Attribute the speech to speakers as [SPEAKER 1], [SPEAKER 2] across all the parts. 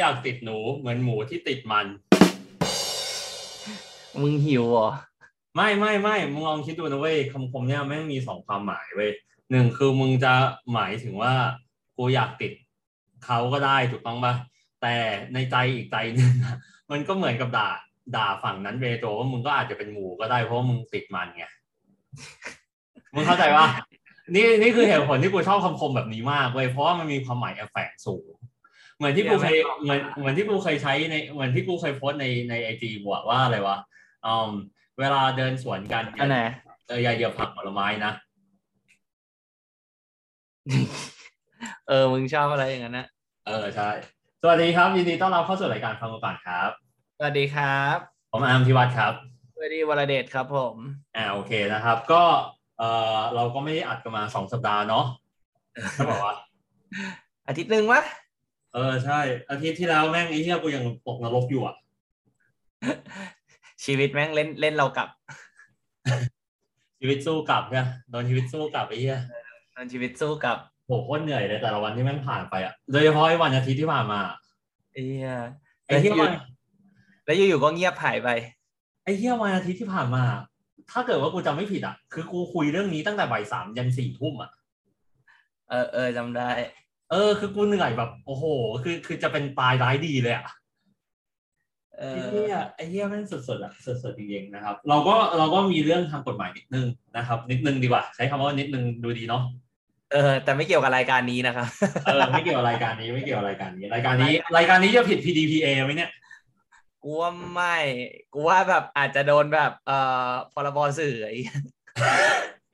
[SPEAKER 1] อยากติดหนูเหมือนหมูที่ติดมัน
[SPEAKER 2] มึงหิวเหรอ
[SPEAKER 1] ไม่ไม่ไม่มึงลองคิดดูนะเว้ยคำคมเนี่ยแม่งมีสองความหมายเว้ยหนึ่งคือมึงจะหมายถึงว่ากูอยากติดเขาก็ได้ถูกต้องปะแต่ในใจอีกใจหนึงอะ มันก็เหมือนกับด่าด่าฝั่งนั้นเวโตว่ามึงก็อาจจะเป็นหมูก็ได้เพราะว่ามึงติดมันไงมึงเข้าใจปะนี่นี่คือเหตุผลที่กูชอบคำคมแบบนี้มากเว้ยเพราะว่ามันมีความหมายแอบแฝงสูง เหมือนที่กูเคยเหมือนเหมือนที่กูเคยใช้ในเหมือนที่กูเคยโพสต์ในในไอจีบวว่าอะไรวะอืม เวลาเดินสวนกัน
[SPEAKER 2] อันไหน
[SPEAKER 1] เอออย่าเหยียบผักผลไม้นะ
[SPEAKER 2] เออมึงชอบอะไรอย่างนั้นนะ
[SPEAKER 1] เออใช่สวัสดีครับยินดีต้อนรับเข้าสู่รายการฟังกูก่อนครับ
[SPEAKER 2] สวัสดีครับ
[SPEAKER 1] ผมอาร์มธิวัฒน์ครับ
[SPEAKER 2] สวัสดีวรเดชครับผม
[SPEAKER 1] อ่าโอเคนะครับ ก็เออเราก็ไม่ได้อัดกันมาสองสัปดาห์เนาะถ้าบอกว่า
[SPEAKER 2] อาทิตย์หนึ่งวะ
[SPEAKER 1] เออใช่อาทิตย์ที่แล้วแม่งไอ้เหี้ยกูยังตกนรกอยู่อ่ะ
[SPEAKER 2] ชีวิตแม่งเล่นเล่นเรากลับ
[SPEAKER 1] ชีวิตสู้กลับเนี่ยโดนชีวิตสู้กลับไอ้เหี้ย
[SPEAKER 2] ตอนชีวิตสู้กลับ
[SPEAKER 1] โหโคตรเหนื่อยเลยแต่ละวันที่แม่งผ่านไปอ่ะโดยเฉพาะไอ้วันอาทิตย์ที่ผ่านมา
[SPEAKER 2] เอีย
[SPEAKER 1] ไอ้เหี้ยวัน
[SPEAKER 2] แล้วอยู่ๆก็เงียบหายไป
[SPEAKER 1] ไอ้เหี้ยวันอาทิตย์ที่ผ่านมา ถ้าเกิดว่ากูจำไม่ผิดอ่ะ คือกูคุยเรื่องนี้ตั้งแต่บ่ายสามยันสี่ทุ่มอ่ะ
[SPEAKER 2] เออเออจำได้
[SPEAKER 1] เออ คือกูเหนื่อยแบบ โอ้โห คือ คือจะเป็นตายร้ายดีเลยอ่ะ
[SPEAKER 2] เอ
[SPEAKER 1] ไอ้
[SPEAKER 2] อ
[SPEAKER 1] เหี้ย ไอ้เหี้ยแม่งสดๆอ่ะ สดๆจริงๆนะครับ เราก็ เราก็มีเรื่องทางกฎหมายนิดนึงนะครับ นิดนึงดีกว่า ใช้คำว่านิดนึงดูดีเนาะ
[SPEAKER 2] เออ แต่ไม่เกี่ยวกับรายการนี้นะครับ
[SPEAKER 1] เออ ไม่เกี่ยวกับรายการนี้ ไม่เกี่ยวกับรายการนี้ รายการนี้ รายการนี้จะผิด PDPA ไหมเนี่ย
[SPEAKER 2] กูว่าไม่กูว่าแบบอาจจะโดนแบบ เอ่อพรบสื่อไอ้เหี้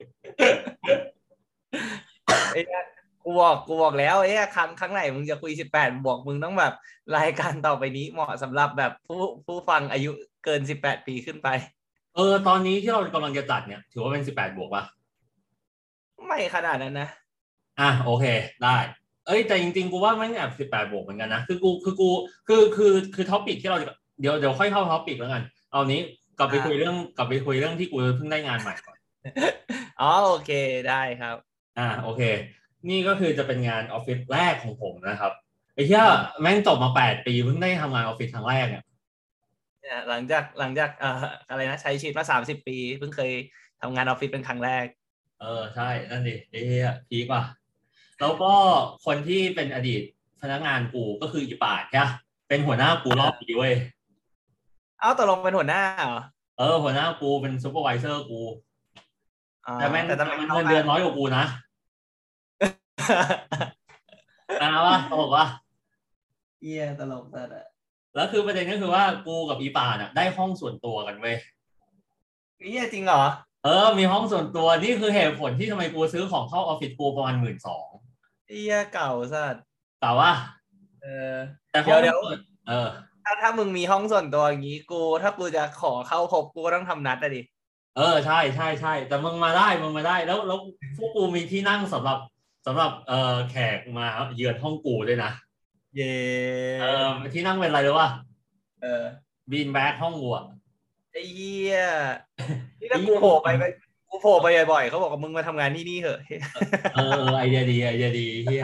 [SPEAKER 2] ยไอ้เหี้ยกูบอกกูบอกแล้วไอ้เหี้ยครั้งครั้งไหนมึงจะคุยสิบแปดบวกมึงต้องแบบ รายการต่อไปนี้เหมาะสำหรับแบบผู้ผู้ฟังอายุเกินสิบแปดปีขึ้นไป
[SPEAKER 1] เออ ตอนนี้ที่เรากำลังจะจัดเนี่ย ถือว่าเป็น 18 บวกป่ะ
[SPEAKER 2] ไม่ขนาดนั้นนะ
[SPEAKER 1] อ่ะโอเคได้ เอ้ยแต่จริงๆกูว่ามันแอบสิบแปดบวกเหมือนกันนะคือกูคือกูคือคือคือท็อปิกที่เราจะเดี๋ยวเดี๋ยวค่อยเข้าท็อปิกแล้วกัน เอานี้กลับไป
[SPEAKER 2] อ่า
[SPEAKER 1] คุยเรื่องกลับไปคุยเรื่องที่กูเพิ่งได้งานใหม่ก่อน
[SPEAKER 2] อ๋อโอเคได้ครับ
[SPEAKER 1] อ่ะโอเค นี่ก็คือจะเป็นงานออฟฟิศแรกของผมนะครับไอ้เหี้ยแม่งจบมาแปดปีเพิ่งได้ทำงานออฟฟิศครั้งแรกเนี่ย
[SPEAKER 2] เนี่ยหลังจากหลังจากเอ่ออะไรนะใช้ชีวิตมาสามสิบปีเพิ่งเคยทำงานออฟฟิศเป็นครั้งแรก
[SPEAKER 1] เออใช่นั่นดิไอ้เหี้ยพีกว่ะแล้วก็คนที่เป็นอดีตพนักงานกูก็คืออีป่าดใช่ปะเป็นหัวหน้ากูรอบปีเว้ย
[SPEAKER 2] เอ้าตกลงเป็นหัวหน้าเหรอ
[SPEAKER 1] เออหัวหน้ากูเป็นซูเปอร์ไวิเซอร์กู
[SPEAKER 2] อ๋อ
[SPEAKER 1] แต่แม่ง
[SPEAKER 2] แต่
[SPEAKER 1] แต่แม่
[SPEAKER 2] ตำแหน่
[SPEAKER 1] ง
[SPEAKER 2] ง
[SPEAKER 1] เงิ
[SPEAKER 2] ท่านกั
[SPEAKER 1] เดือนน้อยกว่ากูนะนะว่าตลกว่า
[SPEAKER 2] เยี่ยตลกสัตว์อะ
[SPEAKER 1] แล้วคือประเด็นก็คือว่ากูกับอีป่าน่ะได้ห้องส่วนตัวกันเว้ย
[SPEAKER 2] เยี่ยจริงเหรอ
[SPEAKER 1] เออ มีห้องส่วนตัวนี่คือเหตุผลที่ทำไมกูซื้อของเข้าออฟฟิศกูประมาณหมื่นสอง
[SPEAKER 2] เยี่ยเก่าสัตว์
[SPEAKER 1] แต่ว่า
[SPEAKER 2] เออ
[SPEAKER 1] แต่ห้อง
[SPEAKER 2] เดี๋ยว
[SPEAKER 1] ส่นเออ
[SPEAKER 2] ถ้าถ้ามึงมีห้องส่วนตัวอย่างงี้กู ถ้ากูจะขอเข้าพบกูก็ต้องทำนัดอะดิ
[SPEAKER 1] เออใช่ใช่ใช่แต่มึงมาได้มึงมาได้ แล้วแล้วพวกกูมีที่นั่งสำหรับสำหรับเออแขกมาเยือนห้องกูด้วยนะ
[SPEAKER 2] เย่
[SPEAKER 1] เออที่นั่งเป็นอะไรรู้ป่ะ
[SPEAKER 2] เออ
[SPEAKER 1] บีนแบกห้องกูอะ
[SPEAKER 2] ไอ้เยี่ ยนี่ถ้ากูโผล่ไปไปกูโผล่ไปบ่อยๆเขาบอกว่ามึงมาทำงานที่นี่เหอะ
[SPEAKER 1] เออเออไอเดียดีไอเดียดีเฮีย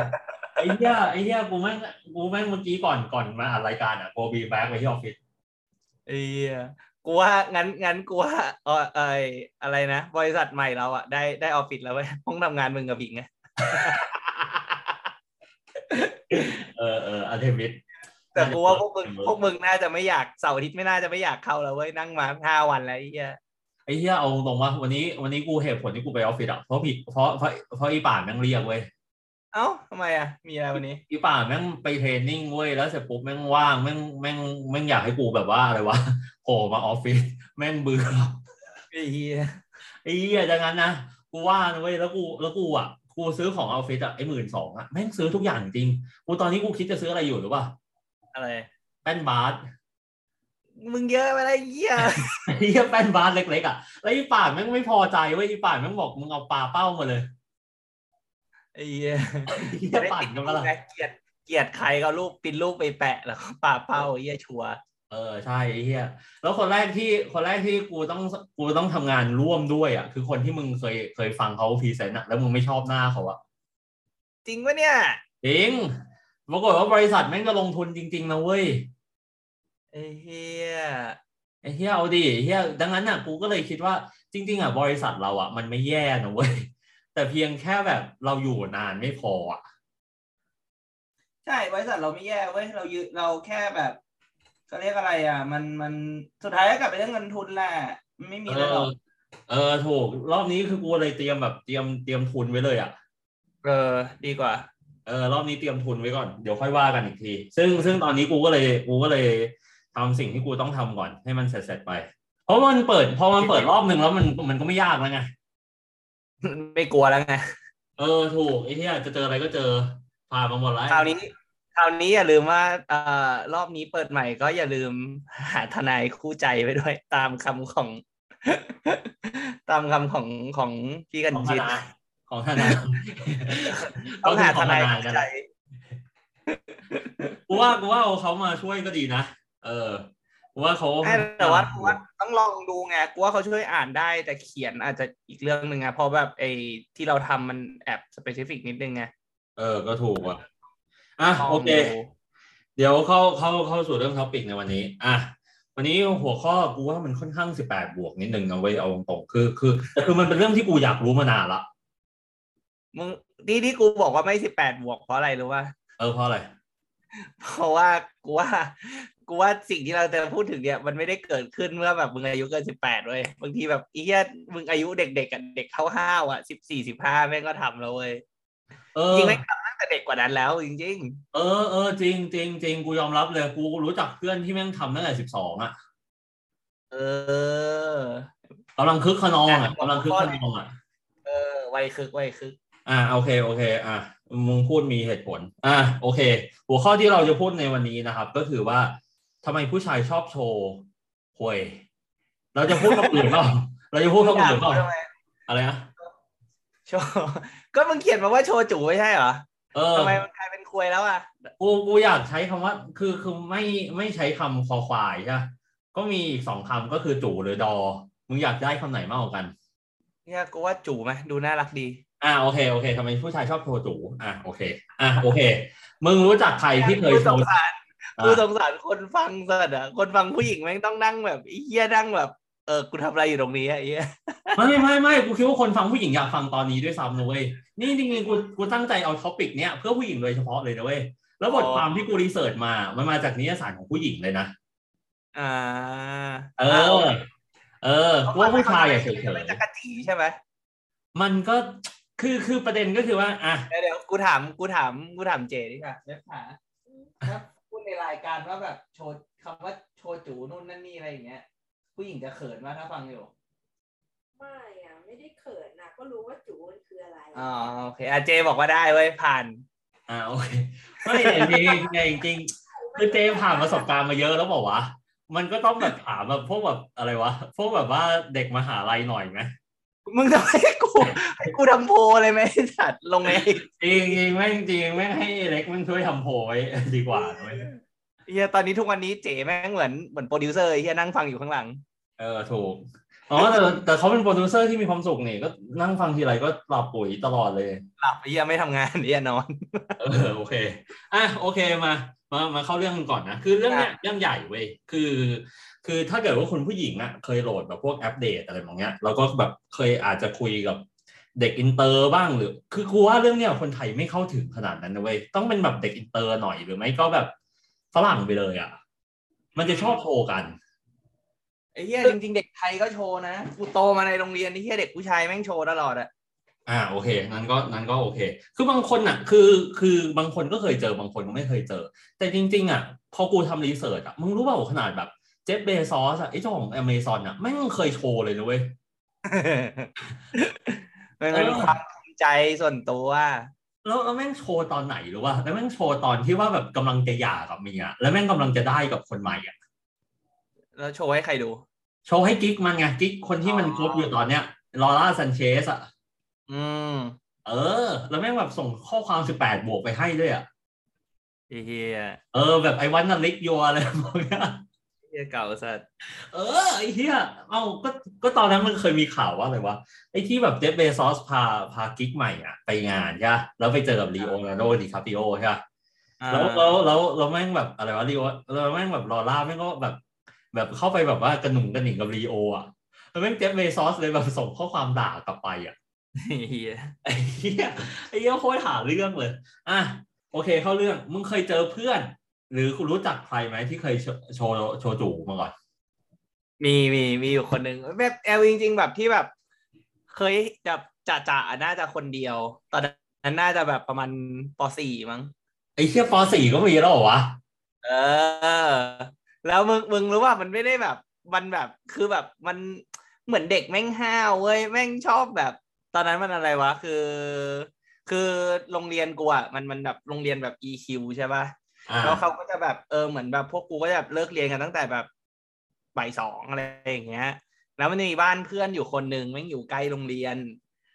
[SPEAKER 1] ไอ้เหี้ยไอ้เหี้ยกูแม่งกูแม่งเมื่อกี้ก่อนก่อนมาอัดรายการอ่ะกูบีแบ็กไปที่ออฟฟิศ
[SPEAKER 2] ไอ้เยี่ยกูว่างั้นงั้นกูว่าเออไออะไรนะบริษัทใหม่เราอะได้ได้ออฟฟิศแล้วเว้ยห้องทำงานมึงกับพิงไง
[SPEAKER 1] เออเอออาเทมิส
[SPEAKER 2] แต่กูว่าพวกมึงพวกมึงน่าจะไม่อยากเสาร์อาทิตย์ไม่น่าจะไม่อยากเข้าแล้วเว้ยนั่งมาห้าวันแล้วไอ้เยี่ย
[SPEAKER 1] ไอ้เหี้ยเอาตรงว่าวันนี้วันนี้กูเหตุผลที่กูไปออฟฟิศอ่ะเพราะผิดเพราะเพราะเพราะอีป่านแม่งเรียกเว้ย
[SPEAKER 2] เอ้าทำไมอ่ะ มีอะไรวันนี้
[SPEAKER 1] อีป่านแม่งไปเทรนนิ่งเว้ยแล้วเสร็จปุ๊บแม่งว่างแม่งแม่งแม่งอยากให้กูแบบว่าอะไรวะโผล่มาออฟฟิศแม่งเบื่อ
[SPEAKER 2] ไอ้เหี้ย
[SPEAKER 1] ไอ้เหี้ยดังนั้นนะกูว่านะเว้ยแล้วกูแล้วกูอ่ะกูซื้อของออฟฟิศอ่ะไอ้หมื่นสองอ่ะแม่งซื้อทุกอย่างจริงกูตอนนี้กูคิดจะซื้ออะไรอยู่หรือป่ะ
[SPEAKER 2] อะไร
[SPEAKER 1] แป้นบาส
[SPEAKER 2] มึงเยอะไปแล้วไอ้เหี้ย
[SPEAKER 1] ไอ้เหี้ยแป้นบาสเล็กๆอ่ะ แล้วอีป่านแม่งไม่พอใจเว้ยอีป่านแม่งบอกมึงเอาปลาเป้ามาเลย
[SPEAKER 2] ไอ้เหี้ย
[SPEAKER 1] ไอ้เหี้ยปั่นกันมาละ
[SPEAKER 2] เกลียดเกลียดใครก็รูปปิดรูปไปแปะแล้วก็ปาเป้าไอ้เหี้ยชัวร์
[SPEAKER 1] เออใช่ไอ้เหี้ยแล้วคนแรกที่คนแรกที่กูต้องกูต้องทำงานร่วมด้วยอ่ะคือคนที่มึงเคยเคยฟังเขาพรีเซนต์อ่ะแล้วมึงไม่ชอบหน้าเขาอ่ะ
[SPEAKER 2] จริงปะเนี่ย
[SPEAKER 1] จริง ปรากฏว่าบริษัทแม่งจะลงทุนจริง ๆ นะเว้ย
[SPEAKER 2] ไอ้เฮีย
[SPEAKER 1] ไอ้เฮียเอาดิไอ้เฮียดังนั้นน่ะกูก็เลยคิดว่าจริง ๆ อ่ะ บริษัทเราอ่ะ มันไม่แย่นะเว้ย แต่เพียงแค่แบบเราอยู่นานไม่พออ่ะ
[SPEAKER 2] ใช่บริษัทเราไม่แย่เว้ยเรายืเราแค่แบบเขาเรียกอะไรอ่ะ มันมันสุดท้ายก็กลับไปเรื่องเงินทุนแหละไม่มี
[SPEAKER 1] เอ
[SPEAKER 2] อะไรหร
[SPEAKER 1] อ
[SPEAKER 2] อก
[SPEAKER 1] เออถูก รอบนี้คือกูเลยเตรียมแบบเตรียมเตรียมทุนไว้เลยอ่ะ
[SPEAKER 2] เออ ดีกว่า
[SPEAKER 1] เออรอบนี้เตรียมทุนไว้ก่อนเดี๋ยวค่อยว่ากันอีกที ซึ่งซึ่งตอนนี้กูก็เลยกูก็เลยทำสิ่งที่กูต้องทำก่อนให้มันเสร็จๆไป เพราะมันเปิดพอมันเปิดรอบหนึ่งแล้วมันมันก็ไม่ยากแล้วไง
[SPEAKER 2] ไม่กลัวแล้วไง
[SPEAKER 1] เออถูกไอ้เหี้ยจะเจออะไรก็เจอผ่านมาหมดแล้ว
[SPEAKER 2] คราวนี้คราวนี้อย่าลืมว่าเอ่อรอบนี้เปิดใหม่ก็อย่าลืมหาทนายคู่ใจไปด้วย ตามคำของ ตามคำของของพี่กั
[SPEAKER 1] ข
[SPEAKER 2] น
[SPEAKER 1] องธ
[SPEAKER 2] จิต
[SPEAKER 1] นาของธนา
[SPEAKER 2] ต้องหาทนาย
[SPEAKER 1] เข
[SPEAKER 2] คู่
[SPEAKER 1] คือของ
[SPEAKER 2] ใจ
[SPEAKER 1] นะกูว่ากูว่าเอาเขามาช่วยก็ดีนะเออกูว่าเขา
[SPEAKER 2] ใช่แต่ว่ากูว่าต้องลองดูไงกูว่าเขาช่วยอ่านได้แต่เขียนอาจจะอีกเรื่องหนึ่งไงเพราะแบบไอ้ที่เราทำมันแอบสเปซิฟิกนิดนึงไง
[SPEAKER 1] เออก็ถูกอ่ะอ่ะ
[SPEAKER 2] ลง
[SPEAKER 1] โอเค
[SPEAKER 2] ดู
[SPEAKER 1] เดี๋ยวเข้าเข้าเข้าสู่เรื่องท็อปิกในวันนี้ อ่ะ วันนี้หัวข้อกูว่ามันค่อนข้างสิบแปดบวกนิดนึงนะเว้ยเอาตรงๆคือคือแต่คือมันเป็นเรื่องที่กูอยากรู้มานานละ
[SPEAKER 2] มึงที่ที่กูบอกว่าไม่สิบแปดบวกเพราะอะไรรู้ป่ะ
[SPEAKER 1] เออเพราะอะไร
[SPEAKER 2] เพราะว่ากูว่ากูว่าสิ่งที่เราจะพูดถึงเนี่ยมันไม่ได้เกิดขึ้นเมื่อแบบมึงอายุเกินสิบแปดเว้ยบางทีแบบไอ้เหี้ยมึงอายุเด็กๆกับเด็กเข้าห้าวๆอ่ะสิบสี่สิบห้าแม่งก็ทำแล้วเว้ย
[SPEAKER 1] เออ
[SPEAKER 2] จริงๆไม่งทำตั้งแต่เด็กกว่านั้นแล้วจริง ๆ
[SPEAKER 1] เออเออจริงจริงจริงกูยอมรับเลยกูรู้จักเพื่อนที่แม่งทำตั้งแต่สิบสองอ่ะ
[SPEAKER 2] เออ
[SPEAKER 1] กำลังคึกขนองอ่ะกำลังคึกขนองอ่ะ
[SPEAKER 2] เออวัยคึกวัยคึก
[SPEAKER 1] อ่ะโอเคโอเค อ่ะมึงพูดมีเหตุผล อ่ะโอเค หัวข้อที่เราจะพูดในวันนี้นะครับ ก็คือว่าทำไมผู้ชายชอบโชว์หวย เราจะพูดกับอื่ นเปล่าเราจะพูดกับอื่นเปล่า อะไรนะ
[SPEAKER 2] โชว์ ก็มึงเขียนมาว่าโชว์จูไม่ใช่เหรอ
[SPEAKER 1] เออ
[SPEAKER 2] ทำไมมันกลายเป็นควยแล้วอ่ะ
[SPEAKER 1] กูกูอยากใช้คำว่า คือคือไม่ไม่ใช้คำคอควายใช่ปะก็มีอีกสองคำก็คือจู่หรือดอ มึงอยากได้คำไหนมากกว่ากัน
[SPEAKER 2] เนี่ยกูว่าจูไหมดูน่ารักดี
[SPEAKER 1] อ่ะโอเคโอเคทำไมผู้ชายชอบโชว์จู่อ่ะโอเค อ่ะโอเค มึงรู้จักใครที่เคย
[SPEAKER 2] กู
[SPEAKER 1] โช
[SPEAKER 2] สง
[SPEAKER 1] ว์
[SPEAKER 2] สารกูสงสารคนฟังสัตว์อ่ะคนฟังผู้หญิงแม่งต้องนั่งแบบไอ้เหี้ยนั่งแบบ เออกูทำอะไรอยู่ตรงนี้อะไอ้เหี้ย
[SPEAKER 1] ไม่ไม่ไม่กูคิดว่าคนฟังผู้หญิงอยากฟังตอนนี้ด้วยซ้ำนะเว้ยนี่จริงๆกูกูตั้งใจเอาท็อปิกเนี้ยเพื่อผู้หญิงโดยเฉพาะเลยนะเว้ยแล้วบทความที่กูรีเสิร์ชมา มันมาจากนิยสารของผู้หญิงเลยนะ
[SPEAKER 2] อ่า
[SPEAKER 1] เออ เออกูว่าผู้ชายอ่ะเฉย
[SPEAKER 2] ไม่จักรจีใช่ไหม
[SPEAKER 1] ๆมันก็คือคือประเด็นก็คือว่าอ่ะ
[SPEAKER 2] เดี๋ยวเดี๋ยวกูถามกูถามกูถามเจดีกว่าเดี๋ยวถามว่าพูดในรายการว่าแบบโชว์คำว่าโชว์จูนู่นนั่นนี่อะไรอย่างเงี้ย ผู้หญิงจะเขินมากถ้าฟังอยู่
[SPEAKER 3] ไม่อะไม่ได้เขินนะก็รู้ว่าจูมันคืออะไร
[SPEAKER 2] อ๋อโอเคอาเจบอกว่าได้เว้ยผ่าน
[SPEAKER 1] อ่าโอเคไม่จริงจริงจริงคือเจผ่านประสบการณ์มาเยอะแล้วบอกว่าวะมันก็ต้องแบบถามแบบพวกแบบอะไรวะพวกแบบว่าเด็กมหาลัยหน่อยไหม
[SPEAKER 2] มึงทำไมให้กูให้กูทำโพลเลยไหมไอ้สัตว์ลงใน
[SPEAKER 1] จริงจริงแม่งจริงแม่งให้เล็กแม่งช่วยทำโพยดีกว่าเว้ ย
[SPEAKER 2] เฮียตอนนี้ทุกวันนี้เจ๋แม่งเหมือนเหมือนโปรดิวเซอร์ไอ้เฮียนั่งฟังอยู่ข้างหลัง
[SPEAKER 1] เออถูกอ๋อแต่แต่เขาเป็นโปรดิวเซอร์ที่มีความสุขนี่ก็นั่งฟังทีไรก็หลับปุ๋ยตลอดเลย
[SPEAKER 2] หลับไอ้เฮียไม่ทำงานไอ้เฮียนอน
[SPEAKER 1] เออโอเคอ่ะโอเคมามามาเข้าเรื่องกันก่อนนะ คือเรื่องเนี้ยเรื่องใหญ่เว้ยคือ คือถ้าเกิดว่าคุณผู้หญิงอ่ะเคยโหลดแบบพวกแอปเดตอะไรแบบเนี้ยแล้วก็แบบเคยอาจจะคุยกับเด็กอินเตอร์บ้างหรือ คือกูว่าเรื่องเนี้ยคนไทยไม่เข้าถึงขนาดนั้นนะเว้ยต้องเป็นแบบเด็กอินเตอร์หน่อยหรือไม่ก็แบบฝรั่งไปเลยอ่ะมันจะชอบโทรกัน
[SPEAKER 2] ไอ้เฮียจริงๆเด็กไทยก็โชว์นะกูโตมาในโรงเรียนไอ้เฮียเด็กผู้ชายแม่งโชว์ตลอดอะ
[SPEAKER 1] อ่าโอเคนั้นก็นั้นก็โอเค คือบางคนอ่ะ คือคือบางคนก็เคยเจอบางคนก็ไม่เคยเจอ แต่จริง ๆ อ่ะ พอกูทำรีเสิร์ชอ่ะมึงรู้เปล่าขนาดแบบเจฟเบซอสอ่ะไอ้เจ้าของอเมซอนอ่ะแม่งเคยโชว์เลยนะเว้ย
[SPEAKER 2] มันเป็น
[SPEAKER 1] เออ
[SPEAKER 2] ความภูมิใจส่วนตัว
[SPEAKER 1] แล้วแล้วแม่งโชว์ตอนไหนหรือว่าแล้วแม่งโชว์ตอนที่ว่าแบบกำลังจะหย่ากับเมียแล้วแม่งกำลังจะได้กับคนใหม่อ่ะ
[SPEAKER 2] แล้วโชว์ให้ใครดู
[SPEAKER 1] โชว์ให้กิ๊กมันไงกิ๊กคนที่มัน
[SPEAKER 2] อ๋อ
[SPEAKER 1] คบอยู่ตอนเนี้ยลอร่าซันเชสอ่ะ
[SPEAKER 2] อืม
[SPEAKER 1] เออ แล้วแม่งแบบส่งข้อความสิบแปดบวกไปให้ด้วยอ่ะ
[SPEAKER 2] ไอ้เฮีย
[SPEAKER 1] เออแบบไอวันนาลิกยัวอะไรพวกเนี้ย
[SPEAKER 2] ไอ้เฮียเก่าสัตว์
[SPEAKER 1] เออไอ้เหี้ยเอาก็ก็ตอนนั้นมันเคยมีข่าวว่าอะไรวะไอ้ที่แบบเจฟเบซอสพาพากิ๊กใหม่อะไปงานใช่ปะแล้วไปเจอกับลีโอนาร์โดดิคาปิโอใช่ปะ แล้วแล้วแล้วแล้วแม่งแบบอะไรวะรีโอแล้วแม่งแบบลอร่าแม่งก็แบบ แบบเข้าไปแบบว่ากระหนุ่งกระหนิ่งกับรีโออ่ะแล้วแม่งเจฟเบซอสเลยแบบส่งข้อความด่ากลับไปอ่ะ
[SPEAKER 2] เฮีย
[SPEAKER 1] ไอ้เหี้ยไอ้เหี้ยโคตรหาเรื่องเลย อ่ะโอเคเข้าเรื่อง มึงเคยเจอเพื่อน หรือคุณรู้จักใครไหมที่เคยโชโชว์โชว์จูมาก่อน
[SPEAKER 2] มีมีมีอยู่คนหนึ่งแบบแอลจริงๆแบบที่แบบ เคยจะจ่าจ่าน่าจะคนเดียว ตอนนั้นน่าจะแบบประมาณปสี่มั้ง
[SPEAKER 1] ไอ้เชี่ยปสี่ก็มีแล้วเหรอวะ
[SPEAKER 2] เออ แล้วมึงมึงรู้ว่ามันไม่ได้แบบ มันแบบคือแบบมันเหมือนเด็กแม่งห้าวเว้ยแม่งชอบแบบ ตอนนั้นมันอะไรวะ คือ คือโรงเรียนกูอ่ะมันมันแบบโรงเรียนแบบ EQ ใช่ป่ะ
[SPEAKER 1] อ่า
[SPEAKER 2] แล้วเขาก็จะแบบเออเหมือนแบบพวกกูก็จะแบบเลิกเรียนกันตั้งแต่แบบบ่ายสองอะไรอย่างเงี้ย แล้วมันจะมีบ้านเพื่อนอยู่คนหนึ่งแม่งอยู่ใกล้โรงเรียน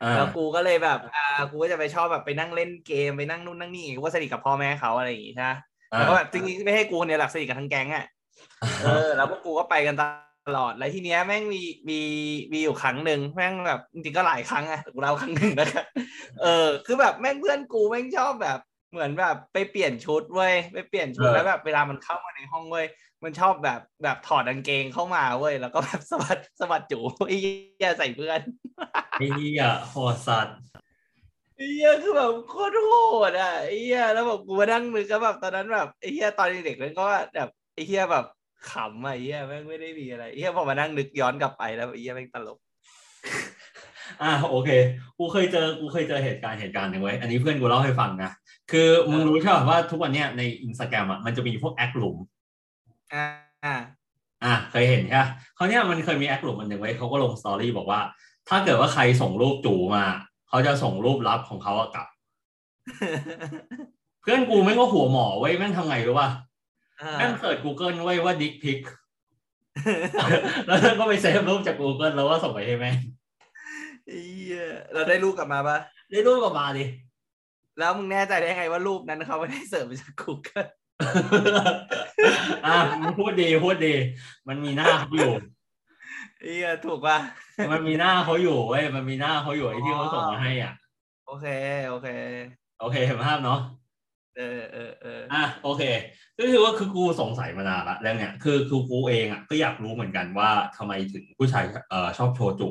[SPEAKER 1] อ่า
[SPEAKER 2] แล้วกูก็เลยแบบอ่ากูก็จะไปชอบแบบไปนั่งเล่นเกมไปนั่งนู่นนั่งนี่กูก็สนิทกับพ่อแม่เขาอะไรอย่างงี้ใช่ปะ แล้วก็แบบจริงๆไม่ให้กูเนี่ยหลักสนิทกับทั้งแก๊งอ่ะ เออ แล้วพวกกูก็ไปกันตลอด แล้วทีเนี้ยแม่งมีมีมีอยู่ครั้งหนึ่งแม่งแบบจริงๆก็หลายครั้งอ่ะกูเล่าครั้งหนึ่งนะครับเออ คือแบบแม่งเพื่อนกูแม่งชอบแบบ เหมือนแบบไปเปลี่ยนชุดเว้ยไปเปลี่ยนชุดแล้วแบบเวลามันเข้ามาในห้องเว้ยมันชอบแบบแบบถอดกางเกงเข้ามาเว้ยแล้วก็แบบสะบัดสะบัดจูไอ้เหี้ยใส่เพื่อน
[SPEAKER 1] ไอ้เหี้ยโหดสัตว์
[SPEAKER 2] ไอ้เหี้ยคือแบบโคตรโหดอ่ะไอ้เหี้ยแล้วแบบกูมานั่งนึกก็แบบตอนนั้นแบบไอ้เหี้ยตอนเด็กๆนั้นก็แบบไอ้เหี้ยแบบขำอ่ะไอ้เหี้ยแม่งไม่ได้มีอะไรไอ้เหี้ยพอมานั่งนึกย้อนกลับไปแล้วไอ้เหี้ยแม่งตลก
[SPEAKER 1] อ่าโอเค กูเคยเจอ กูเคยเจอเหตุการณ์เหตุการณ์หนึ่งไว้ยอันนี้เพื่อนกูเล่าให้ฟังนะ คือมึงรู้ใช่ป่ะว่าทุกวันเนี้ยในอินสตาแกรมอ่ะมันจะมีพวกแอคหลุม
[SPEAKER 2] อ่าอ่า
[SPEAKER 1] อ่ะเคยเห็นใช่ไหมเขาวเนี่ยมันเคยมีแอคหลุมอันหนึ่งไว้ยเขาก็ลงสตอรี่บอกว่า ถ้าเกิดว่าใครส่งรูปจู่มาเขาจะส่งรูปลับของเขาอะกลับ เพื่อนกูแม่งก็หัวหมอเว้ยแม่งทำไงรู้ป่ะแม่งเสิร์ช Google เว้ยว่าดิกพิก แล้วเพื่อนก็ไปเซฟรูปจาก Google แล้วว่าส่งไปให้แม่ง
[SPEAKER 2] ไอ้เหี้ยเราได้รูปกลับมาปะ
[SPEAKER 1] ได้รูปกลับมาดิ
[SPEAKER 2] แล้วมึงแน่ใจได้ไงว่ารูปนั้นเขาไม่ได้เสิร์ฟมาจากกูเกิล
[SPEAKER 1] อ่ะมึงพูดดีพูดดีมันมีหน้าเขาอยู่
[SPEAKER 2] ไอ้เหี้ยถูกปะ
[SPEAKER 1] มันมีหน้าเขาอยู่เว้ยมันมีหน้าเขาอยู่ไอ้ที่เขาส่งมาให้อ่ะ
[SPEAKER 2] โอเคโอเค
[SPEAKER 1] โอเคเห็นภาพเนาะ
[SPEAKER 2] เออเออเออ
[SPEAKER 1] อ่ะโอเคก็คือว่าคือกูสงสัยมานานละเรื่องเนี้ยคือคือกูเองอ่ะก็อยากรู้เหมือนกันว่าทำไมถึงผู้ชายเอ่อชอบโชว์จู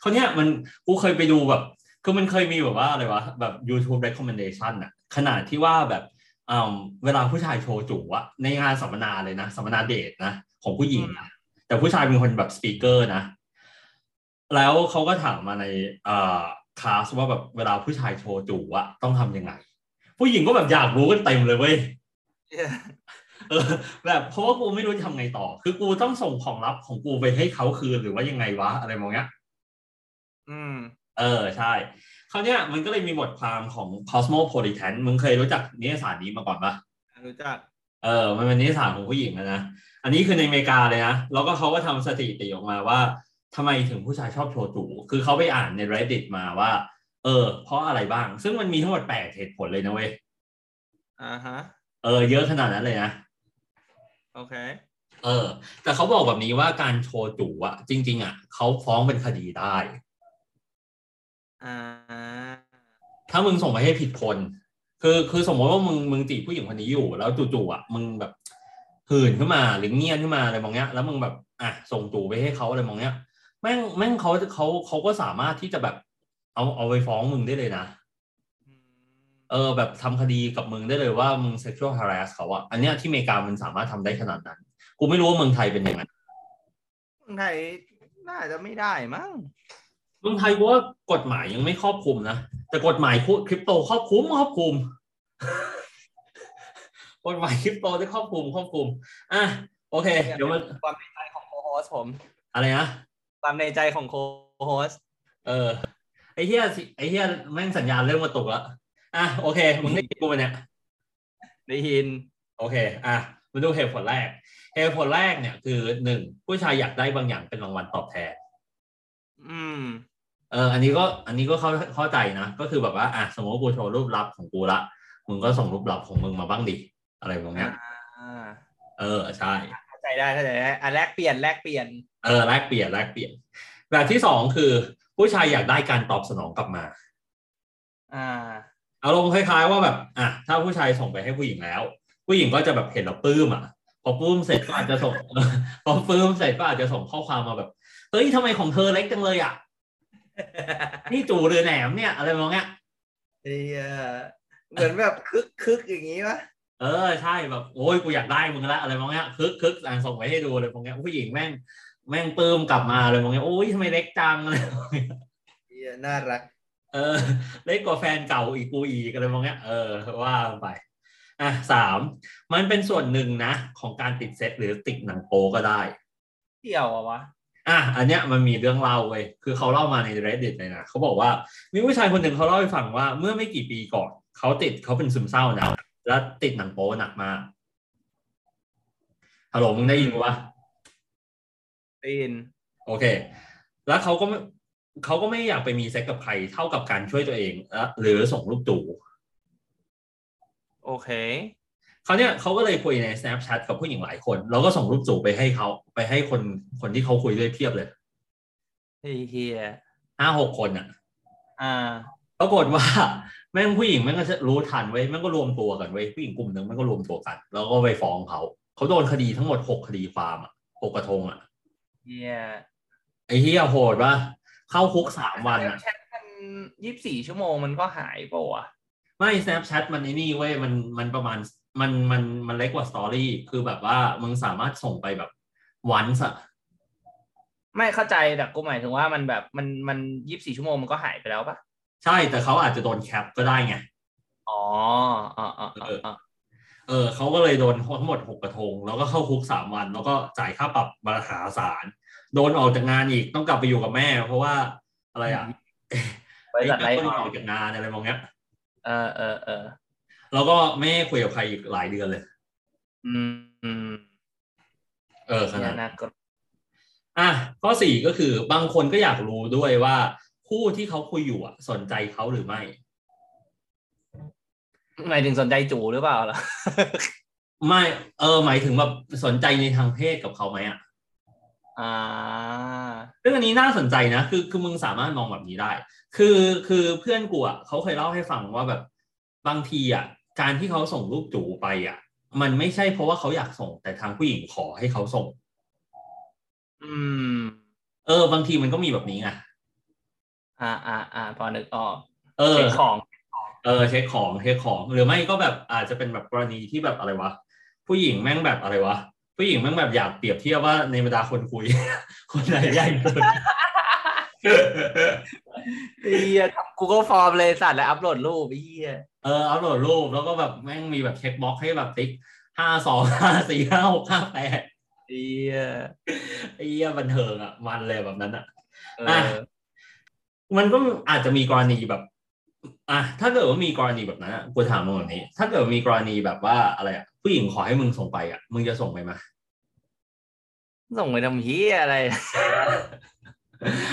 [SPEAKER 1] เขาวเนี้ยมันกูเคยไปดูแบบ คือมันเคยมีแบบว่าอะไรวะแบบ YouTube recommendation อ่ะขนาดที่ว่าแบบอ่าเวลาผู้ชายโชว์จูอ่ะในงานสัมมนาเลยนะสัมมนาเดทนะของผู้หญิงนะแต่ผู้ชายเป็นคนแบบสปีกเกอร์นะ แล้วเขาก็ถามมาในเอ่อคลาสว่าแบบเวลาผู้ชายโชว์จูอ่ะต้องทำยังไง ผู้หญิงก็แบบอยากรู้กันเต็มเลยเว้ย
[SPEAKER 2] เหี้ย
[SPEAKER 1] เออแบบเพราะว่ากูไม่รู้จะทำไงต่อ คือกูต้องส่งของลับของกูไปให้เขาคืนหรือว่ายังไงวะอะไรมองเงี้ย
[SPEAKER 2] อืม
[SPEAKER 1] เออใช่คราวเนี้ยมันก็เลยมีบทความของ Cosmopolitan มึงเคยรู้จักนิยสารนี้มาก่อนปะ
[SPEAKER 2] รู้จัก
[SPEAKER 1] เออมันเป็นนิยสารของผู้หญิงอะนะ อันนี้คือในอเมริกาเลยนะ แล้วก็เขาก็ทำสถิติออกมาว่าทำไมถึงผู้ชายชอบโชว์จูคือเขาไปอ่านใน reddit มาว่า เออ เพราะอะไรบ้าง ซึ่งมันมีทั้งหมดแปดเหตุผลเลยนะเว้ย
[SPEAKER 2] อ่าฮะ
[SPEAKER 1] เออเยอะขนาดนั้นเลยนะ
[SPEAKER 2] โอเค
[SPEAKER 1] เออ แต่เขาบอกแบบนี้ว่าการโชว์จู่อะจริง ๆอะเขาฟ้องเป็นคดีได้
[SPEAKER 2] อ่า
[SPEAKER 1] ถ้ามึงส่งไปให้ผิดคน คือคือสมมติว่ามึงมึงจีบผู้หญิงคนนี้อยู่ แล้วจู่ๆอะมึงแบบหื่นขึ้นมาหรือเงียนขึ้นมาอะไรมองเงี้ย แล้วมึงแบบอ่ะส่งจู่ไปให้เขาอะไรมองเงี้ยแม่งแม่งเขาเขาเขาก็สามารถที่จะแบบ เอาเอาไปฟ้องมึงได้เลยนะ เออแบบทำคดีกับมึงได้เลยว่ามึง sexual harass เขาอะอันเนี้ยที่อเมริกามันสามารถทำได้ขนาดนั้น กูไม่รู้ว่าเมืองไทยเป็นยังไง
[SPEAKER 2] เมืองไทยน่าจะไม่ได้มั้ง
[SPEAKER 1] เมืองไทยกูว่ากฎหมายยังไม่ครอบคลุมนะ แต่กฎหมายคริปโตครอบคลุมครอบคลุม กฎหมายคริปโตได้ครอบคลุมครอบคลุมอ่ะโอเค เดี๋ยวมัน
[SPEAKER 2] ความในใจของโคโฮสผม
[SPEAKER 1] อะไรนะ
[SPEAKER 2] ความในใจของโคโฮส
[SPEAKER 1] เออไอ้เฮียสิไอ้เฮียแม่งสัญญาณเริ่มมาตกละอ่ะโอเคมึงได้ยินกูไหมเนี่ย
[SPEAKER 2] ได้ยิน
[SPEAKER 1] โอเค อ่ะ มาดูเหตุผลแรก เหตุผลแรกเนี่ยคือหนึ่งผู้ชายอยากได้บางอย่างเป็นรางวัลตอบแทน
[SPEAKER 2] อืม
[SPEAKER 1] เออ อันนี้ก็ อันนี้ก็เข้าเข้าใจนะ ก็คือแบบว่า อ่ะ สมมติว่ากูโชว์รูปลับของกูละ มึงก็ส่งรูปลับของมึงมาบ้างดิ อะไรแบบเนี้ย
[SPEAKER 2] อ่า
[SPEAKER 1] เออ ใช่
[SPEAKER 2] เข้าใจได้เข้าใจได้อ่ะแลกเปลี่ยนแลกเปลี่ยน
[SPEAKER 1] เออ แลกเปลี่ยน แลกเปลี่ยน แบบที่สองคือ ผู้ชายอยากได้การตอบสนองกลับมา
[SPEAKER 2] อ่า
[SPEAKER 1] อารมณ์คล้ายๆว่าแบบอ่ะถ้าผู้ชายส่งไปให้ผู้หญิงแล้ว ผู้หญิงก็จะแบบเห็นแล้วปลื้มอ่ะ พอปลื้มเสร็จก็อาจจะส่ง พอปลื้มเสร็จก็อาจจะส่งข้อความมาแบบเฮ้ยทำไมของเธอเล็กจังเลยอ่ะ นี่จูหรือแหนมเนี่ยอะไรมองเงี้ย
[SPEAKER 2] เอ้ยเหมือนแบบ คึกคึกอย่างนี้ปะ
[SPEAKER 1] เออใช่แบบโอ้ยกูอยากได้มึงละอะไรมองเงี้ยคึกคึกอ่านส่งไปให้ดูเลยมองเงี้ยผู้หญิงแม่งแม่งปลื้มกลับมาเลยมองเงี้ยโอ้ยทำไมเล็กจัง อะไรมองเงี้ย
[SPEAKER 2] เหี้ยน่ารัก
[SPEAKER 1] เออ เล็กกว่าแฟนเก่าอีกกูอีกอะไรมองเงี้ยเออว่าไปอ่ะสามมันเป็นส่วนหนึ่งนะ ของการติดเซ็ตหรือติดหนังโปก็ได้
[SPEAKER 2] เกี่ยวอะวะ
[SPEAKER 1] อ่ะอันเนี้ยมันมีเรื่องเล่าเว้ยคือเขาเล่ามาใน reddit เลยนะเขาบอกว่ามีผู้ชายคนหนึ่งเขาเล่าให้ฟังว่าเมื่อไม่กี่ปีก่อนเขาติดเขาเป็นซึมเศร้านะแล้วติดหนังโป๊หนักมากฮัลโหลมึงได้ยินปะวะ
[SPEAKER 2] ได้ยิน
[SPEAKER 1] โอเค แล้วเขาก็ไม่เขาก็ไม่อยากไปมีเซ็กกับใครเท่ากับการช่วยตัวเองและหรือส่งลูกจู
[SPEAKER 2] โอเค
[SPEAKER 1] เขาวเนี่ยเขาก็เลยคุยใน snapchat กับผู้หญิงหลายคน แล้วก็ส่งรูปจูไปให้เขาไปให้คนคนที่เขาคุยด้วยเพียบเลย
[SPEAKER 2] ไอ้เฮีย
[SPEAKER 1] ห้าหกคนอะ
[SPEAKER 2] อ่า
[SPEAKER 1] ปรากฏว่าแม่งผู้หญิงแม่งก็จะรู้ทันเว้ยแม่งก็รวมตัวกันเว้ยผู้หญิงกลุ่มหนึ่งแม่งก็รวมตัวกัน แล้วก็ไปฟ้องเขาเขาโดนคดีทั้งหมดหกคดีความอ่ะหกกระทงอ่ะ
[SPEAKER 2] เฮีย
[SPEAKER 1] ไอ้เหี้ยโหดว่ะเข้าคุกสามวันอ่ะ
[SPEAKER 2] แชทมันยี่สิบสี่ชั่วโมงมันก็หายเปล่าวะ
[SPEAKER 1] ไม่ Snapchat มันไอ้นี่เว้ยมันมันประมาณมันมันมันเล็กกว่าสตอรี่คือแบบว่ามึงสามารถส่งไปแบบวันสะ
[SPEAKER 2] ไม่เข้าใจแต่กูหมายถึงว่ามันแบบมันมันยี่สิบสี่ชั่วโมงมันก็หายไปแล้วปะ
[SPEAKER 1] ใช่แต่เขาอาจจะโดนแคปก็ได้ไง
[SPEAKER 2] อ๋ออ๋ออ๋ออ๋ออ๋อ
[SPEAKER 1] เออเขาก็เลยโดนทั้งหมดหกกระทง แล้วก็เข้าคุกสามวัน แล้วก็จ่ายค่าปรับมหาศาลโดนออกจากงานอีกต้องกลับไปอยู่กับแม่ เพราะว่าอะไรอ่ะ
[SPEAKER 2] บริษัทไร
[SPEAKER 1] อ้ต้น
[SPEAKER 2] อ
[SPEAKER 1] อ
[SPEAKER 2] อ
[SPEAKER 1] อกกจากงานอะไรมองเงี้ย
[SPEAKER 2] เออเออเออ
[SPEAKER 1] แล้วก็ไม่ให้คุยกับใครอีกหลายเดือนเลย
[SPEAKER 2] อืมอืม
[SPEAKER 1] เออข
[SPEAKER 2] เฮี
[SPEAKER 1] นาย ดนั้น
[SPEAKER 2] น่ากลัว
[SPEAKER 1] อ่ะข้อสี่ก็คือบางคนก็อยากรู้ด้วยว่าคู่ที่เขาคุยอยู่อะสนใจเขาหรือไม่
[SPEAKER 2] หมายถึงสนใจจูหรือเปล่าล่ะ
[SPEAKER 1] ไม่ เออ หมายถึงแบบสนใจในทางเพศกับเขาไหมอ่ะ
[SPEAKER 2] อ่า
[SPEAKER 1] เรื่องอันนี้น่าสนใจนะ คือคือมึงสามารถมองแบบนี้ได้ คือคือเพื่อนกูอ่ะเขาเคยเล่าให้ฟังว่าแบบบางทีอ่ะการที่เขาส่งรูปจูไปอ่ะ มันไม่ใช่เพราะว่าเขาอยากส่งแต่ทางผู้หญิงขอให้เขาส่ง
[SPEAKER 2] อืม
[SPEAKER 1] เออ บางทีมันก็มีแบบนี้ไง
[SPEAKER 2] อ่าอ่าอ่าพอนึกออก
[SPEAKER 1] เออ
[SPEAKER 2] เช็คของ
[SPEAKER 1] เออเช็คของเช็คของหรือไม่ก็แบบอาจจะเป็นแบบกรณีที่แบบอะไรวะผู้หญิงแม่งแบบอะไรวะผู้หญิงแม่งแบบอยากเปรียบเทียบว่าในบรรดาคนคุย คนไหนใหญ่สุด
[SPEAKER 2] เฮียทำ Google Form เลยสัตว์แล้วอัพโหลดรูปไอ้เฮีย
[SPEAKER 1] เอออัพโหลดรูปแล้วก็แบบแม่งมีแบบเช็คบ็อกซ์ให้แบบติ๊กห้าสองห้าสี่ห้าหกห้าแปด
[SPEAKER 2] เฮีย
[SPEAKER 1] ไอ้เหี้ยบันเทิงอ่ะ มันเลยแบบนั้นอ่ะ
[SPEAKER 2] เอ
[SPEAKER 1] อ่ะ
[SPEAKER 2] อ
[SPEAKER 1] มันก็อาจจะมีกรณีแบบ อ่ะถ้าเกิดว่ามีกรณีแบบนั้นอะกูถามมึงแบบนี้ ถ้าเกิดมีกรณีแบบว่าอะไรอ่ะผู้หญิงขอให้มึงส่งไปอ่ะ มึงจะส่งไปไหม
[SPEAKER 2] ส่งไปทำเฮียอะไร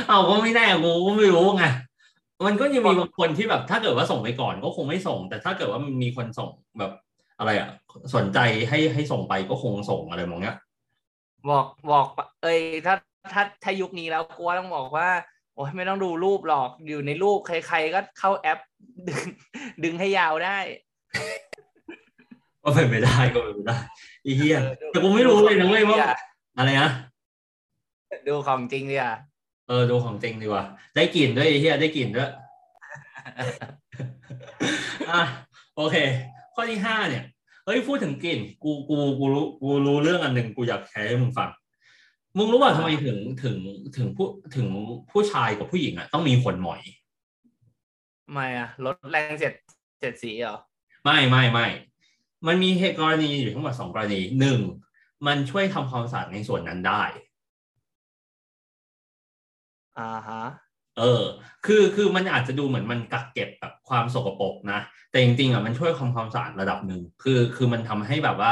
[SPEAKER 1] เอาก็ไม่แน่กูก็ไม่รู้ไงมันก็ยังมีบางคนที่แบบ ถ้าเกิดว่าส่งไปก่อนก็คงไม่ส่ง แต่ถ้าเกิดว่ามันมีคนส่งแบบอะไรอ่ะ สนใจให้ให้ส่งไปก็คงส่งอะไรมองเงี้ย
[SPEAKER 2] บอกบอกปะเอ้ยถ้าถ้าถ้ายุคนี้แล้วกูว่าต้องบอกว่า โอ้ยไม่ต้องดูรูปหรอกอยู่ในรูปใคร ๆ ก็เข้าแอป ดึงดึงให้ยาวได้
[SPEAKER 1] ก็เป็นไปได้ก็เป็นไปได้ไอ้เหี้ย
[SPEAKER 2] เออดู
[SPEAKER 1] แต่กูไม่รู้เลยนะเว้ยว่าอะไรนะ
[SPEAKER 2] ดูของจริงเลยอ่ะ
[SPEAKER 1] เออดูของจริงดีกว่า ได้กลิ่นด้วยไอ้เหี้ยได้กลิ่นด้วย อ่ะโอเค ข้อที่ห้าเนี่ยเฮ้ยพูดถึงกลิ่น กูกูกูรู้กูรู้เรื่องอันหนึ่งกูอยากแชร์ให้มึงฟังมึงรู้ว่าทำไมถึงถึงถึงผู้ถึงผู้ชายกับผู้หญิงอ่ะต้องมีขนหมอย
[SPEAKER 2] ทำไมอ่ะลดแรงเจ็ดเจ็ดสีเหรอ
[SPEAKER 1] ไม่ไม่ไม่ มันมีเหตุกรณีอยู่ทั้งหมดสองกรณีหนึ่งมันช่วยทำความสะอาดในส่วนนั้นได้
[SPEAKER 2] อ่าฮะ
[SPEAKER 1] เออ คือคือมันอาจจะดูเหมือนมันกักเก็บแบบความสกปรกนะ แต่จริงๆอ่ะมันช่วยทำความสะอาดระดับหนึ่ง คือคือมันทำให้แบบว่า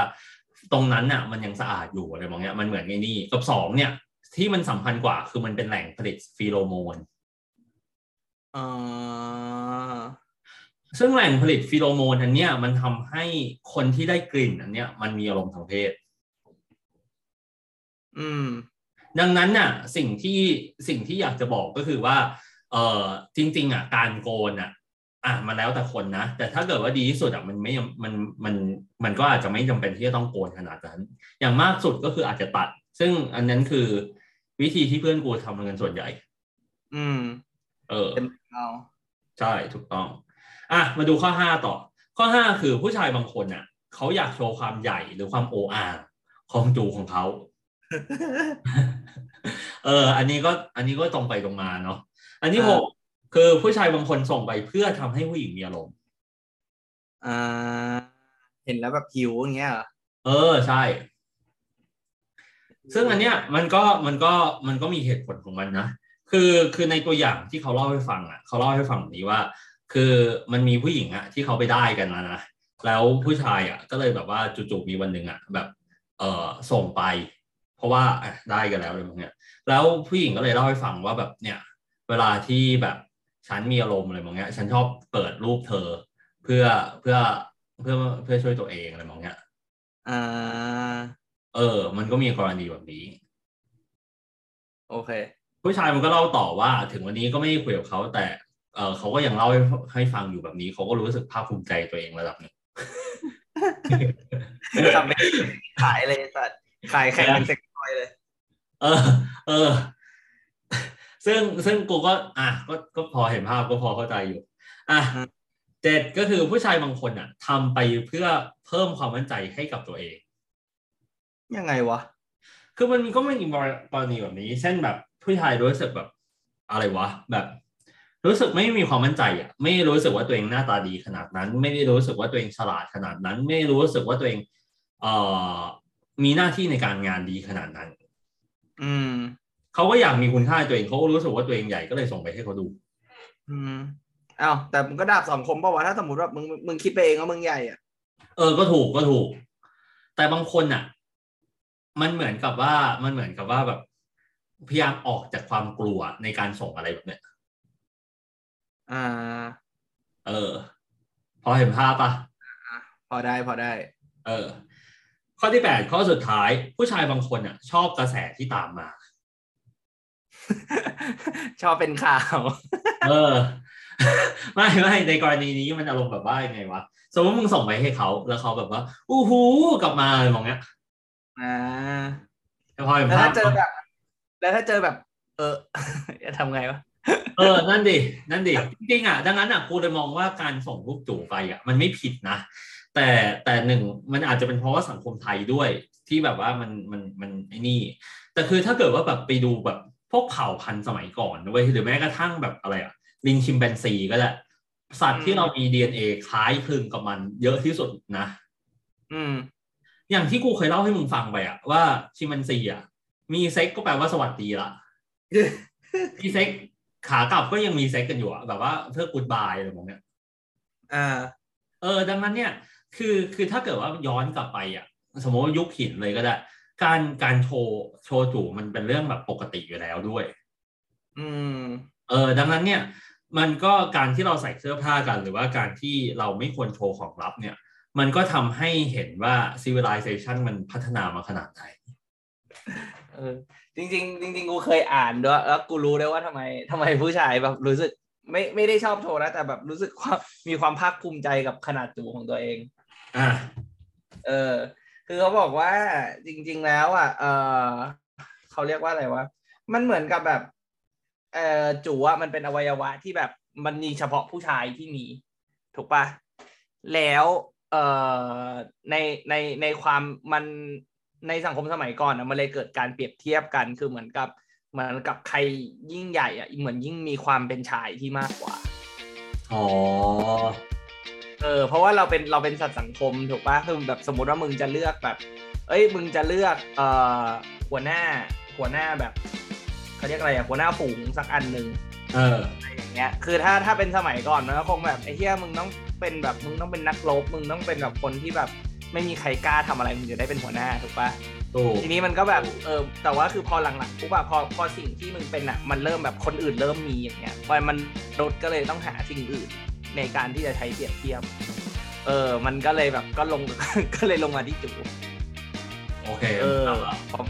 [SPEAKER 1] ตรงนั้นอ่ะ มันยังสะอาดอยู่อะไรมองเงี้ย มันเหมือนไอ้นี่กับสองเนี่ย ที่มันสำคัญกว่า คือมันเป็นแหล่งผลิตฟีโรโมน
[SPEAKER 2] เออ
[SPEAKER 1] ซึ่งแหล่งผลิตฟีโรโมนอันเนี้ยมันทำให้คนที่ได้กลิ่นอันเนี้ยมันมีอารมณ์ทางเพศ
[SPEAKER 2] อืม
[SPEAKER 1] ดังนั้นน่ะสิ่งที่สิ่งที่อยากจะบอกก็คือว่าเออจริง ๆอ่ะการโกนอ่ะ อ่ะมันแล้วแต่คนนะ แต่ถ้าเกิดว่าดีที่สุดอ่ะมันไม่มันมันมันก็อาจจะไม่จำเป็นที่จะต้องโกนขนาดนั้น อย่างมากสุดก็คืออาจจะตัด ซึ่งอันนั้นคือวิธีที่เพื่อนกูทำกันส่วนใหญ่
[SPEAKER 2] อืม
[SPEAKER 1] เออ
[SPEAKER 2] เอา
[SPEAKER 1] ใช่ถูกต้อง อ่ะมาดูข้อห้าต่อ ข้อห้าคือผู้ชายบางคนอ่ะเขาอยากโชว์ความใหญ่หรือความโออาของจูของ เขา เออ อันนี้ก็อันนี้ก็ตรงไปตรงมาเนาะอันที่หกคือผู้ชายบางคนส่งไปเพื่อทำให้ผู้หญิงมีอารมณ์
[SPEAKER 2] อ่าเห็นแล้วแบบหิวอย่างเงี้ยเหรอ
[SPEAKER 1] เออใช่ ซึ่งอันเนี้ยมันก็มันก็มันก็มีเหตุผลของมันนะ คือคือในตัวอย่างที่เขาเล่าให้ฟังอ่ะเขาเล่าให้ฟังแบบนี้ว่า คือมันมีผู้หญิงอ่ะที่เขาไปได้กันมานะแล้วผู้ชายอ่ะก็เลยแบบว่าจู่ๆมีวันหนึ่งอ่ะแบบ เออส่งไป เพราะว่าอ่ะได้กันแล้วอะไรพวกเนี้ยแล้วผู้หญิงก็เลยเล่าให้ฟังว่าแบบเนี่ย เวลาที่แบบฉันมีอารมณ์อะไรบางอย่างฉันชอบเปิดรูปเธอ เพื่อเพื่อเพื่อเพื่อช่วยตัวเองอะไรบางอย่าง
[SPEAKER 2] อ่า
[SPEAKER 1] เออ มันก็มีกรณีแบบนี้
[SPEAKER 2] โอเค
[SPEAKER 1] ผู้ชายมันก็เล่าต่อว่า ถึงวันนี้ก็ไม่ได้คุยกับเขาแต่เออเขาก็ยังเล่าให้ให้ฟังอยู่แบบนี้เขาก็รู้สึกภาคภูมิใจตัวเองระดับหนึ่ง
[SPEAKER 2] ทำเป็นขายเลยสัตว์ขายแข่งเป็นเซ็กทอยเลย
[SPEAKER 1] เออ เออ ซึ่งซึ่งกูก็ อ่ะก็ก็พอเห็นภาพก็พอเข้าใจอยู่ อ่ะ
[SPEAKER 2] อืม
[SPEAKER 1] เจ็ดก็คือผู้ชายบางคนอ่ะทำไปเพื่อเพิ่มความมั่นใจให้กับตัวเอง
[SPEAKER 2] ยังไงวะ
[SPEAKER 1] คือมันก็ไม่มีกรณีแบบนี้ เช่นแบบผู้ชายรู้สึกแบบอะไรวะ แบบ รู้สึกไม่มีความมั่นใจอ่ะ ไม่รู้สึกว่าตัวเองหน้าตาดีขนาดนั้น ไม่ได้รู้สึกว่าตัวเองฉลาดขนาดนั้น ไม่รู้สึกว่าตัวเองเอ่อมีหน้าที่ในการงานดีขนาดนั้น
[SPEAKER 2] อืม
[SPEAKER 1] เขาก็อยากมีคุณค่าในตัวเองเขาก็รู้สึกว่าตัวเองใหญ่ก็เลยส่งไปให้เขาดู
[SPEAKER 2] อืมอ้าวแต่มึงก็ดาบสองคมป่าวะถ้าสมมติว่ามึงมึงคิดไปเองว่ามึงใหญ่อ่ะ
[SPEAKER 1] เออก็ถูกก็ถูก แต่บางคนอ่ะ มันเหมือนกับว่ามันเหมือนกับว่าแบบ พยายามออกจากความกลัวในการส่งอะไรแบบเนี้ย
[SPEAKER 2] อ่า
[SPEAKER 1] เออ พอเห็นภาพปะ
[SPEAKER 2] พอได้พอได้
[SPEAKER 1] เออ ข้อที่แปดข้อสุดท้าย ผู้ชายบางคนอ่ะ ชอบกระแสที่ตามมา
[SPEAKER 2] ชอบเป็นข่าว
[SPEAKER 1] เอ อ ไม่ไม่ในกรณีนี้มันอารมณ์แบบว่ายังไงวะสมมติมึงส่งไปให้เขาแล้วเขาแบบว่าอู้หูกลับมาอะไรมองเงี้ย
[SPEAKER 2] อ่า
[SPEAKER 1] พอเห็น
[SPEAKER 2] แล้ว
[SPEAKER 1] ภาพ
[SPEAKER 2] ถ้าเจอแบบ แล้วถ้าเจอแบบ เอ อ จะทำไงวะ
[SPEAKER 1] เออนั่นดินั่นดิจริงๆอ่ะดังนั้นอ่ะกูเลยมองว่าการส่งรูปจู่ไปอ่ะ มันไม่ผิดนะ แต่แต่หนึ่งมันอาจจะเป็นเพราะว่าสังคมไทยด้วยที่แบบว่ามันมันมันไอ้นี่ แต่คือถ้าเกิดว่าแบบไปดูแบบพวกเผ่าพันธุ์สมัยก่อนนะเว้ยหรือแม้กระทั่งแบบอะไรอะลิงชิมแปนซีก็แหละสัตว์ที่เรามี DNA คล้ายคลึงกับมันเยอะที่สุดนะ
[SPEAKER 2] อืม
[SPEAKER 1] อย่างที่กูเคยเล่าให้มึงฟังไปอะว่าชิมแปนซีอะมีเซ็กก็แปลว่าสวัสดีละ มีเซ็กขากลับก็ยังมีเซ็กกันอยู่อะแบบว่าเพื่อกูดบายอะไรแบบเนี้ย
[SPEAKER 2] อ่า
[SPEAKER 1] เออดังนั้นเนี่ยคือคือถ้าเกิดว่าย้อนกลับไปอ่ะ สมมติว่ายุคหินเลยก็ได้ การการโชว์โชว์จู่มันเป็นเรื่องแบบปกติอยู่แล้วด้วย
[SPEAKER 2] อืม
[SPEAKER 1] เออดังนั้นเนี่ย มันก็การที่เราใส่เสื้อผ้ากัน หรือว่าการที่เราไม่ควรโชว์ของลับเนี่ย มันก็ทำให้เห็นว่า civilization มันพัฒนามาขนาดไหน
[SPEAKER 2] เออจริงจริงๆจริงๆกูเคยอ่านด้วยแล้วกูรู้ได้วยว่าทำไมทำไมผู้ชายแบบรู้สึกไม่ไม่ได้ชอบโชว์นะแต่แบบรู้สึกความมีความภาคภูมิใจกับขนาดตัวของตัวเอง
[SPEAKER 1] อ่ะ
[SPEAKER 2] เออ คือเขาบอกว่าจริง ๆ แล้วอ่ะเออเขาเรียกว่าอะไรวะมันเหมือนกับแบบ เออจูอ่ะมันเป็นอวัยวะที่แบบมันมีเฉพาะผู้ชายที่มี ถูกปะแล้วเออในในในความมันในสังคมสมัยก่อนนะมันเลยเกิดการเปรียบเทียบกันคือเหมือนกับเหมือนกับใครยิ่งใหญ่อ่ะเหมือนยิ่งมีความเป็นชายที่มากกว่า
[SPEAKER 1] อ๋อ
[SPEAKER 2] เออเพราะว่าเราเป็นเราเป็นสัตว์สังคมถูกปะคือแบบสมมติว่ามึงจะเลือกแบบ เอ้ยมึงจะเลือกเอ่อหัวหน้าหัวหน้าแบบเขาเรียกอะไรอะหัวหน้าฝูงสักอันหนึ่ง
[SPEAKER 1] เออ
[SPEAKER 2] อะไรอย่างเงี้ยคือถ้าถ้าเป็นสมัยก่อนมันก็คงแบบไอ้เหี้ยมึงต้องเป็นแบบมึงต้องเป็นนักรบมึงต้องเป็นแบบคนที่แบบไม่มีใครกล้าทำอะไรมึงจะได้เป็นหัวหน้าถูกปะ
[SPEAKER 1] ถูก
[SPEAKER 2] ทีนี้มันก็แบบเออแต่ว่าคือพอหลังๆปุ๊บอะพอพอสิ่งที่มึงเป็นอะมันเริ่มแบบคนอื่นเริ่มมีอย่างเงี้ยพอมันลดก็เลยต้องหาสิ่งอื่นในการที่จะใช้เปรียบเทียบ เออ มันก็เลยแบบก็ลง ก็เลยลงมาที่จู
[SPEAKER 1] โอเค
[SPEAKER 2] เออพอ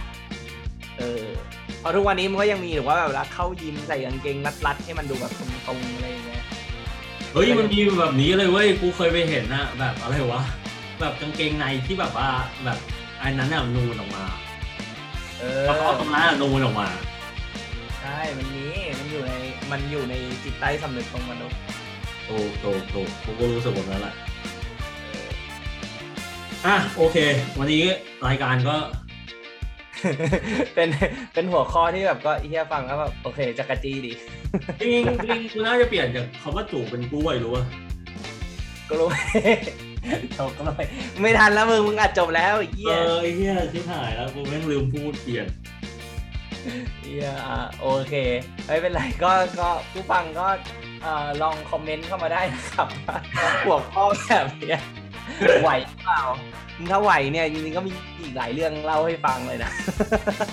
[SPEAKER 2] เออเพอทุกวันนี้มันก็ยังมีหรือว่าแบบเวลาเข้ายิมใส่กางเกงรัดๆให้มันดูแบบตรงๆอะไรอย่างเงี้ย
[SPEAKER 1] เ เฮ้ยมันมีแบบนี้เลยเว้ยกูเคยไปเห็นนะแบบอะไรวะแบบกางเกงในที่แบบว่าแบบอันนั้นน่ะนูนออกมา
[SPEAKER 2] เอ
[SPEAKER 1] แล้วก็
[SPEAKER 2] อ
[SPEAKER 1] ตรงนั้นน่ะนูนออกมา
[SPEAKER 2] ใช่มันมีมันอยู่ในมันอยู่ในจิตใต้สำนึกของมนุษย์
[SPEAKER 1] โตโตโตกูก็รู้สึกแบบนั้นแหละอ่ะโอเค วันนี้รายการก็
[SPEAKER 2] เป็นเป็นหัวข้อที่แบบก็เฮียฟังแล้วแบบโอเคจักรจี้ดี
[SPEAKER 1] จริงๆจริงๆกูน่าจะเปลี่ยนจากคำว่าจูบเป็นกล้วยรู้ป่ะ
[SPEAKER 2] ก็รู้ จบก็เลยไม่ทันแล้วมึงมึงอัดจบแล้วไอ้เฮี
[SPEAKER 1] เอย อไอ้เหี้ยชิบหายแล้วกูแม่งลืมพูดเปลี่ยน
[SPEAKER 2] เฮียอ่ะโอเคไม่เป็นไรก็ก็ผู้ฟังก็เอ่อลองคอมเมนต์เข้ามาได้นะครับ ว่าหัวข้อแบบเนี้ยไหวหรือเปล่าถ้าไหวเนี่ยจริงๆก็มีอีกหลายเรื่องเล่าให้ฟังเลยนะ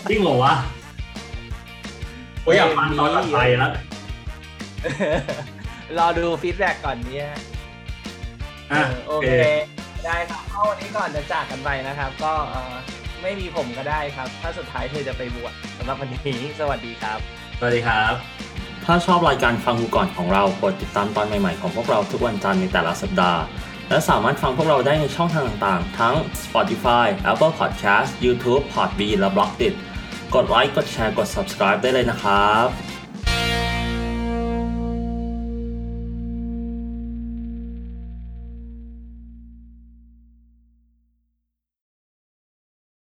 [SPEAKER 1] จริงเหรอวะโอ้ยอยากฟังตอนถัดไปแล้ว
[SPEAKER 2] รอดูฟีดแบ็กก่อนเนี่ย
[SPEAKER 1] อ่ะ
[SPEAKER 2] โอเค ได้ครับเข้าวันนี้ก่อนจะจากกันไปนะครับ ก็เอ่อไม่มีผมก็ได้ครับ ถ้าสุดท้ายเธอจะไปบวชสำหรับวันนี้ สวัสดีครับ
[SPEAKER 1] สวัสดีครับ ถ้าชอบรายการฟังกูก่อนของเรากดติดตามตอนใหม่ๆของพวกเราทุกวันจันทร์ในแต่ละสัปดาห์ และสามารถฟังพวกเราได้ในช่องทางต่างๆ ทั้ง Spotify, Apple Podcast, YouTube, Podbean และ b l o g d i t กดไลค์กดแชร์กด subscribe ได้เลยนะครับ